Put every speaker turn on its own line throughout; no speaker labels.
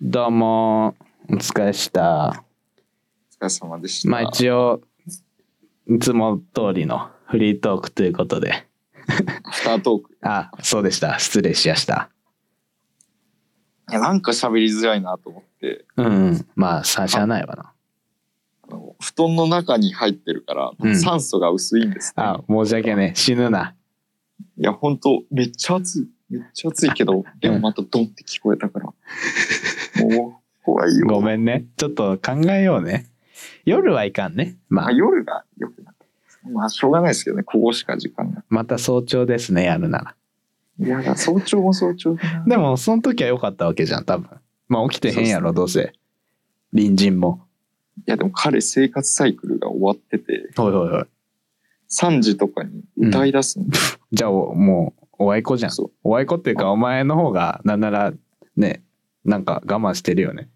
どうも、お疲れした。
お疲れ様でした。
まあ一応、いつも通りのフリートークということで。
アフタートーク。
あ、そうでした。失礼しやした。
いや、なんか喋りづらいなと思って、
うん、うん。まあ、さしゃあないわな。
あの布団の中に入ってるから、
うん
酸素が薄いんですね。
あ、申し訳ねえ。死ぬな。
いや、ほんと、めっちゃ暑い。めっちゃ暑いけ ど、でもまたドンって聞こえたから。もう、怖いよ。
ごめんね。ちょっと考えようね。夜はいかんね。ま
あ、
あ、
夜が良くなった。まあ、しょうがないですけどね、ここしか時間が。
また早朝ですね、やるなら。
いや、早朝も早朝だな。
でも、その時は良かったわけじゃん、多分。まあ、起きてへんやろ、どうせ。隣人も。
いや、でも彼、生活サイクルが終わってて、
ほいほいほい。
3時とかに歌い出すんで
じゃあ、おもう、おあいこじゃん。
すよ。
おあいこっていうか、お前の方が、なんなら、ね、なんか我慢してるよね。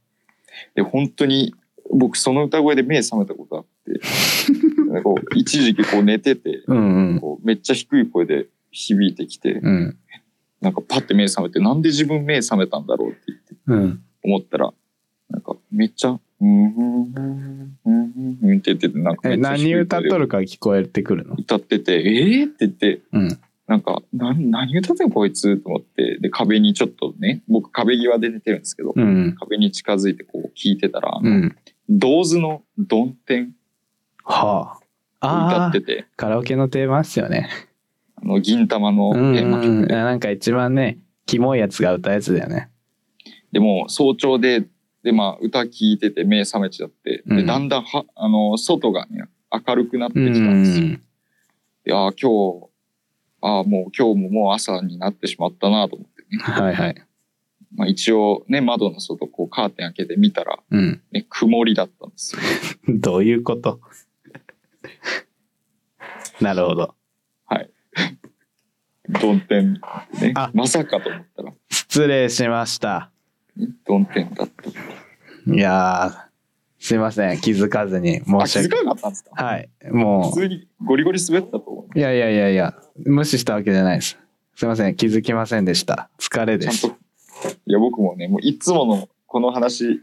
で本当に僕その歌声で目覚めたことあってなんかこう一時期こう寝てて
うんうん。
こうめっちゃ低い声で響いてきて
うん。
なんかパッて目覚めてなんで自分目覚めたんだろうって言って
うん。
思ったらなんかめっちゃ「うんうんうんうんうん」って言っててなんかめ
え、
っちゃ
何
低い声で
歌っとるか聞こえてくるの
歌ってて「えー?」って言って
うん。
なんか何何歌ってんのこいつと思ってで壁にちょっとね僕壁際で寝てるんですけど
うん。
壁に近づいてこう聞いてたらあ
う
の
ん。
銅図の「どんてん」
はあ。
歌
あ
っ
あ
て、て
カラオケのテーマっすよね。
あの銀玉の
う
テ
ん、
ーマ
う
曲
ん。
で、
なんか一番ね、キモいやつが歌うやつだよね。
でも早朝でで、まあ、歌聴いてて目覚めちゃって、
う
で
ん
だんだんはあの外が、ね、明るくなって
う
きたんですよ。
ん。
でああ今日ああもう今日ももう朝になってしまったなと思ってね、
はいはい。
まあ、一応ね窓の外こうカーテン開けて見たら、
うん。
ね、曇りだったんですよ。
どういうこと なるほど。
どん天ね
あ
まさかと思ったら
失礼しました。
どん天だった。
いやー、すいません。気づかずに申
あ
し
気づ
訳
かなかったんですか
はい。も
普通にゴリゴリ滑ったと思
う、いやいやいやいや、無視したわけじゃないです。すいません。気づきませんでした。疲れ
ち
で
ゃん
す。
と。いや、僕もね、もういつものこの話、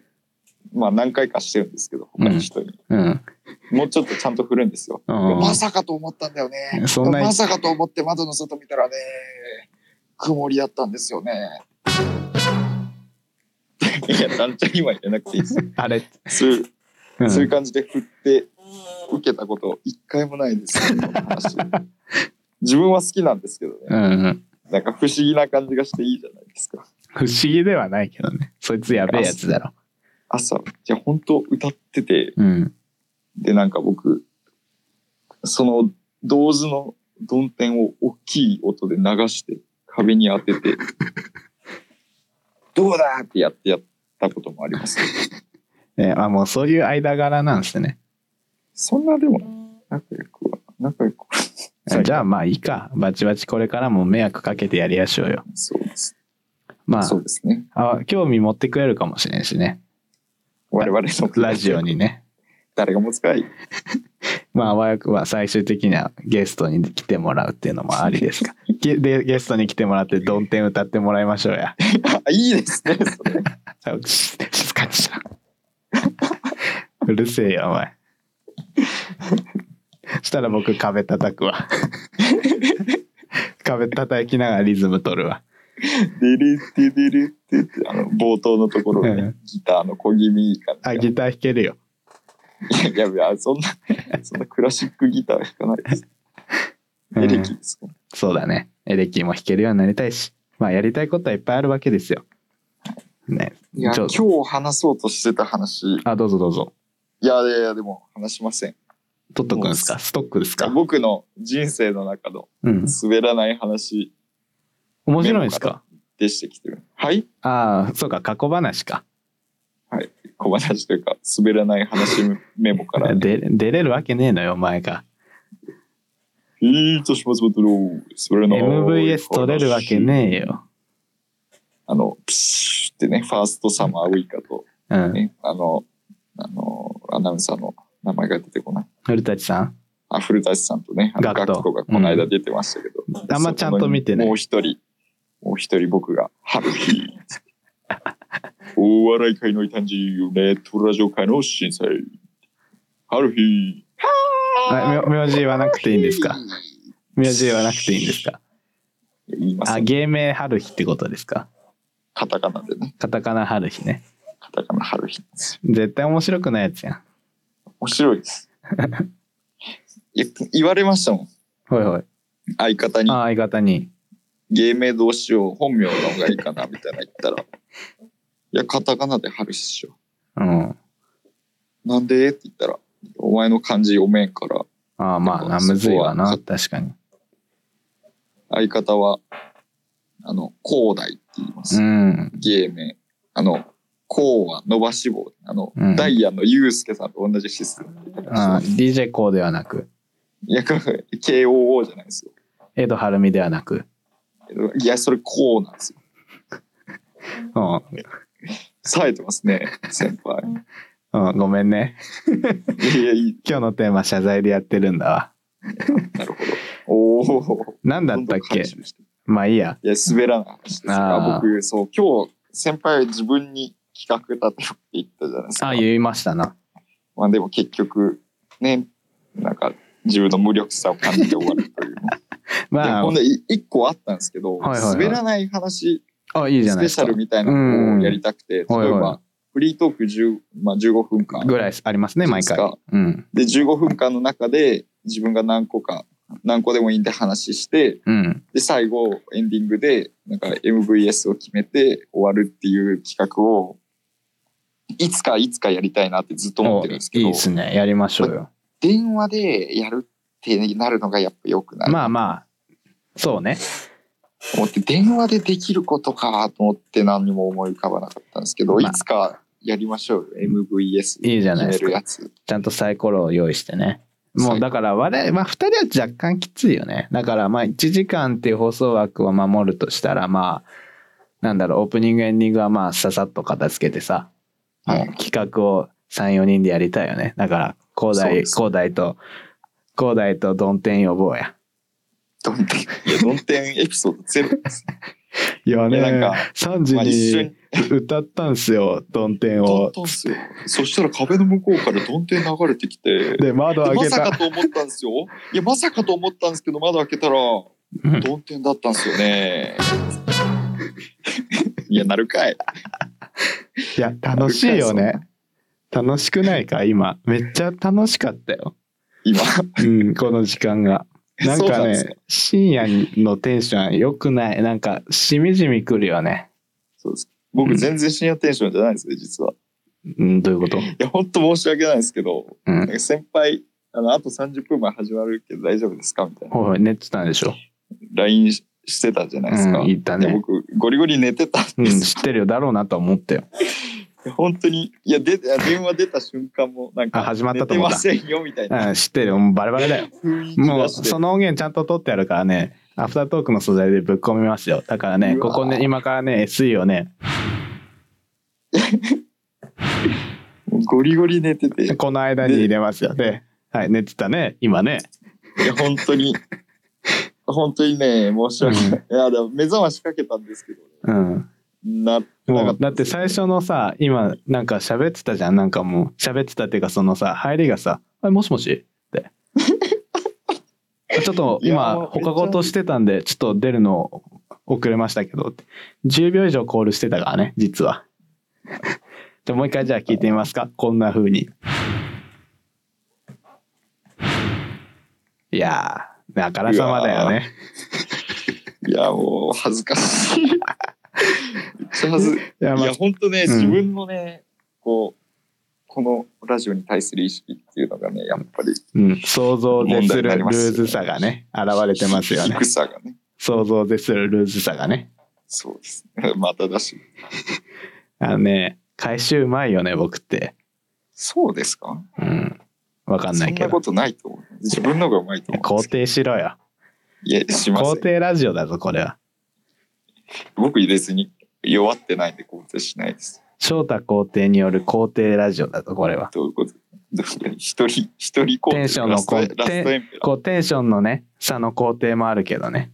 まあ何回かしてるんですけど、他の人に。
うん。
もうちょっとちゃんと振るんですよ。
うん。
まさかと思ったんだよね。
そんな
まさかと思って窓の外見たらね、曇りだったんですよね。 いや、なんちゃん今言ってなくていいです。
あれ、
そういう、
うん
そういう感じで振って、受けたこと一回もないです。この話自分は好きなんですけどね。
うんうん。
なんか不思議な感じがしていいじゃないですか。
不思議ではないけどね。そいつやべえやつだろ。
朝、じゃ本当歌ってて、
うん。
で、なんか僕、その、銅図のどん天を大きい音で流して、壁に 当てて、どうだってやってやったこともあります。
ね、あ、もうそういう間柄なんですね。
そんなでも、仲良くは、仲良くは。そう
じゃあまあいいか。バチバチこれからも迷惑かけてやりやしょうよ。
そうです。
ま
そうですね。
あ、あ興味持ってくれるかもしれんしね。
我々の
ラジオに。ね。
誰が持つかい。
まあ、和訳は最終的にはゲストに来てもらうっていうのもありです か。ゲでゲストに来てもらって、どんてん歌ってもらいましょうや。
あ、いいで すね。それ
し静かにしろ。 うるせえよ、お前。したら僕、壁叩くわ。 壁叩きながらリズム取るわ。
デレデデレデデあの、冒頭のところ
う
ね
ん、
ギターの小気味いい感じが
あ、ギター弾けるよ。
いやいやいや、そんな、そんなクラシックギター弾かないです。
うん
エレキですか、
そうだね。エレキも弾けるようになりたいし。まあ、やりたいことはいっぱいあるわけですよ。ね。
いや、
ちょ
今日話そうとしてた話、い
あ、どうぞどうぞ。
やいやいや、でも話しません。
取っとくんですかストックですか
僕の人生の中の
うん。
滑らない話
面白いんですか
でしてきてる。はい
ああ、そうか、過去話か。
小話というか、滑らない話メモか ら、ね。
で出れるわけねえのよ、お前が。
えーと、しますとろう。滑らない話
MVS 取れるわけ。ねえよ。
あの、プシュってね、ファーストサマーウイカと、
うん。
ね、あの、あの、アナウンサーの名前が出てこない。
古舘さん。
あ古舘さんとね、あの
ガ
ガ
クト
クトがこの間出てましたけど、
あんまちゃんと見てない
もう一人、もう一人僕が、ハッピー。 大笑い界の異端児よね、トラジオ界の震災。ハルヒ
あ名名字言わなくていいんですか名字言わなくていいんですか
言います
あ、
ね。
芸名春日ってことですか
カタカナでね。
カタカナ春日ね。
カタカナハルヒですよ。
絶対面白くないやつや
面白いです。 いや言われましたもん。
ん。はいはい。
相方に
あ、相方に。
芸名どうしよう、本名の方がいいかな、みたいな言ったら。いや、カタカナでハルヒっしょ。
うん。
なんでって言ったら、お前の漢字読めんから、
ああ、まあな、
でも
むずいわ
そこ
な。
は
確かに。
相方は、あの、広大って言いま
う
す。
ん。
芸名。あの、こうは伸ばし棒。あの、
うん
ダイヤのユうスケさんと同じシステム。
あ DJ コーではなく、
いや、KOO じゃないですよ。
江戸晴美ではなく。
いや、それこうなんですよ。
うん。
冴えてますね、先輩。
うん、ごめんね。
いや、いい。
今日のテーマ謝罪でやってるんだわ。
なるほど。おお。
なんだったっ
どんどん
け
回収して
まあいいや。
いや、滑らない話です
あ
が
ー、
僕、そう、今日、先輩自分に企画立てろって言ったじゃないですか。
あ、言いましたな。
まあでも結局、ね、なんか、自分の無力さを感じて終わるというね。で
ま
ほんで、い一個あったんですけど、
はいはいはい
滑らない話
あ、あ、いいじゃ
ス
ない
ペ
です
シ
か
ャ。ルみたいなのをやりたくて、例えば、
はいは
フリートーク10、まあ、15分間
ぐらいありますね、毎
です
回。
か。
うん。
で、15分間の中で、自分が何個か、何個でもいいんで話して、
うん。
で、最後、エンディングで、なんか MVS を決めて終わるっていう企画を、いつかいつかやりたいなってずっと思ってるんですけ
おい
ど
い、ですね。やりましょうよ。
電話でやるってなるのがやっぱ良くない。
まあまあ、そうね。
思って電話でできることかと思って何にも思い浮かばなかったんですけど、
まあ
いつかやりましょうよ MVS
いいじゃないで
決め
す
る
か
や。つ
ちゃんとサイコロを用意してね。もうだから我々、まあ2人は若干きついよね。だからまあ1時間っていう放送枠を守るとしたらまあ、なんだろう、オープニングエンディングはまあささっと片付けてさ、
はい
もう企画を3、4人でやりたいよね。だから、広
そう
大、
です
広大と、広大とどんてん呼ぼうや。
どんてんいやどんてんエピソードゼロです、
いやね、
いやなんか
3時
まあ、一緒
に
に
歌ったんすよ、どんてん
どん
を。
とんすよそしたら壁の向こうからどんてん流れてきてで
で、窓開
ま
け
さ
た
か。と思ったんですよいやまさかと思ったんですけど窓開けたらど
うん
んてんだったんですよね いやなるかい
いや、楽しいよね。楽しくないか今。めっちゃ楽しかったよ。
今
うん、この時間が。なん
そう
か
なんですか
ね、深夜のテンション良くない。なんか、しみじみくるよね。
そうです僕全然深夜テンションじゃないんですよ実は
うん、どういうこと
いや、本当申し訳ないですけど、
うん
なんか先輩、あの、あと30分前始まるけど大丈夫ですかみたいな。
ほいほい、寝てたんでしょ。
LINE ししてたじゃないですか。
うん、言った
で
ね。
僕、ゴリゴリ寝てたん
うん、
です。
知ってるよ。だろうなとは思ったよ。
本当に、いや、で電話出た瞬間も、なんか、
あ始まったと思った
寝てませんよ、みたいな
うん、知ってるよ。もうバレバレ だよ。
雰囲気
も
出
う、
して。
その音源ちゃんと取ってあるからね、アフタートークの素材でぶっ込みますよ。だからね、
うわ
ここね、今からね、SE をね、
もうゴリゴリ寝てて、い
この間に入れますよ。で、はい、寝てたね、今ね。
や、本当に、本当にね、申し訳ない。いや、でも目覚ましかけたんですけど、
うん。
なってなか
も
っ
う
た
だって最初のさ今なんか喋ってたじゃんなんかもう喋ってたっていうかそのさ入りがさ「あもしもし?」 って「ちょっと
いやも
今
う
他事してたんでちょっと出るの遅れましたけど」って10秒以上コールしてたからね実は。 じゃあもう一回じゃあ聞いてみますかこんな風に。いやーあからさまだよね。
いや、もう、恥ずかしい。めっちゃ恥ず
いや
い
まあ
や、本当ね、
うん
自分のね、こう、このラジオに対する意識っていうのがね、やっぱり、
うん、想像を絶す
問題に
る
なり
ル
ますよね
ーズさがね現れてますよね。
低さがね、
想像を絶するルーズさがね。
そうです。 まただし。
あのね、回収うまいよね、僕って。
そうですか
うん。わかんない
そん
け
なこ
ど。
とないと思う。自分の方がうまいと思うん
肯
です
定しろよ。
けど。いや、しませ
肯
ん。
定ラジオだぞ、これは。
僕別に弱ってないんで肯定しないです。
翔太肯定による肯定ラジオだぞ、これは。
どういうことどういうこと一人、一人肯定。
テンションの
ラスト
こ
ラ
う
ストエンペラー。
こう、テンションのね、差の肯定もあるけどね。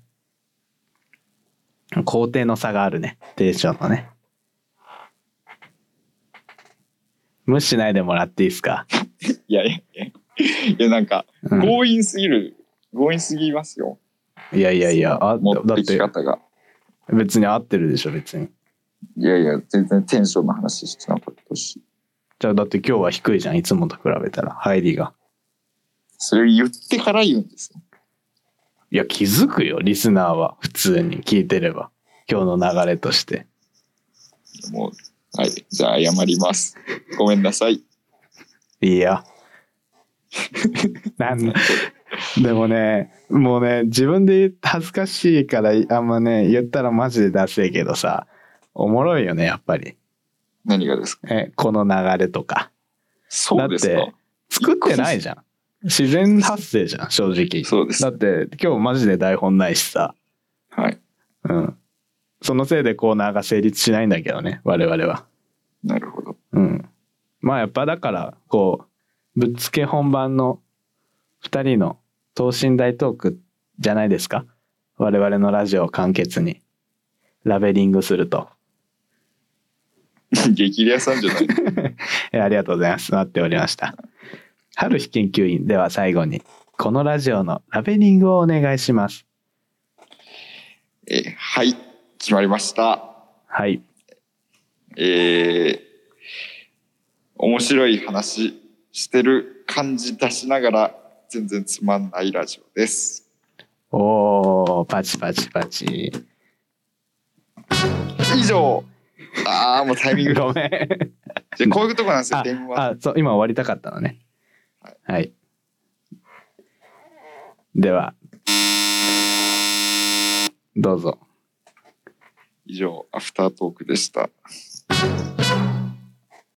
肯定の差があるね。テンションのね。無視しないでもらっていいですか。
いやいやいや。いや、なんか、
うん、
強引すぎる、強引すぎますよ。
いやいやいや、あ
持
だ
っ
って
き
て
方が。
別に合ってるでしょ、別に。
いやいや、全然テンションの話してなかったし。
じゃあだって今日は低いじゃん、いつもと比べたら、入りが。
それを言ってから言うんですよ。
いや、気づくよ、リスナーは。普通に聞いてれば。今日の流れとして。
もう、はい、じゃあ謝ります。ごめんなさい。
いや。 なんでもね、もうね、自分で言う恥ずかしいから、あんまね、言ったらマジでダセえけどさ、おもろいよね、やっぱり。
何がですか
え、この流れとか。
そうです
だっ
か
て作ってないじゃん。自然発生じゃん、正直。
そうです
だ。って、今日マジで台本ないしさ。
はい。
うん。そのせいでコーナーが成立しないんだけどね、我々は。
なるほど。
うん。まあやっぱだから、こう、ぶっつけ本番の2人の等身大トークじゃないですか我々のラジオを簡潔にラベリングすると。
激レアさんじゃない。
えありがとうございます。待っておりました。春日研究員では最後に、このラジオのラベリングをお願いします。
えーはい、決まりました。
はい。
えー、面白い話してる感じ出しながら全然つまんないラジオです。
おー、パチパチパチ。
以上ああ、もうタイ ミング。
ごめん。
じゃあこういうとこなんですよ、
あ
電話。
あそう今終わりたかったのねはい、ではどうぞ
以上、アフタートークでした。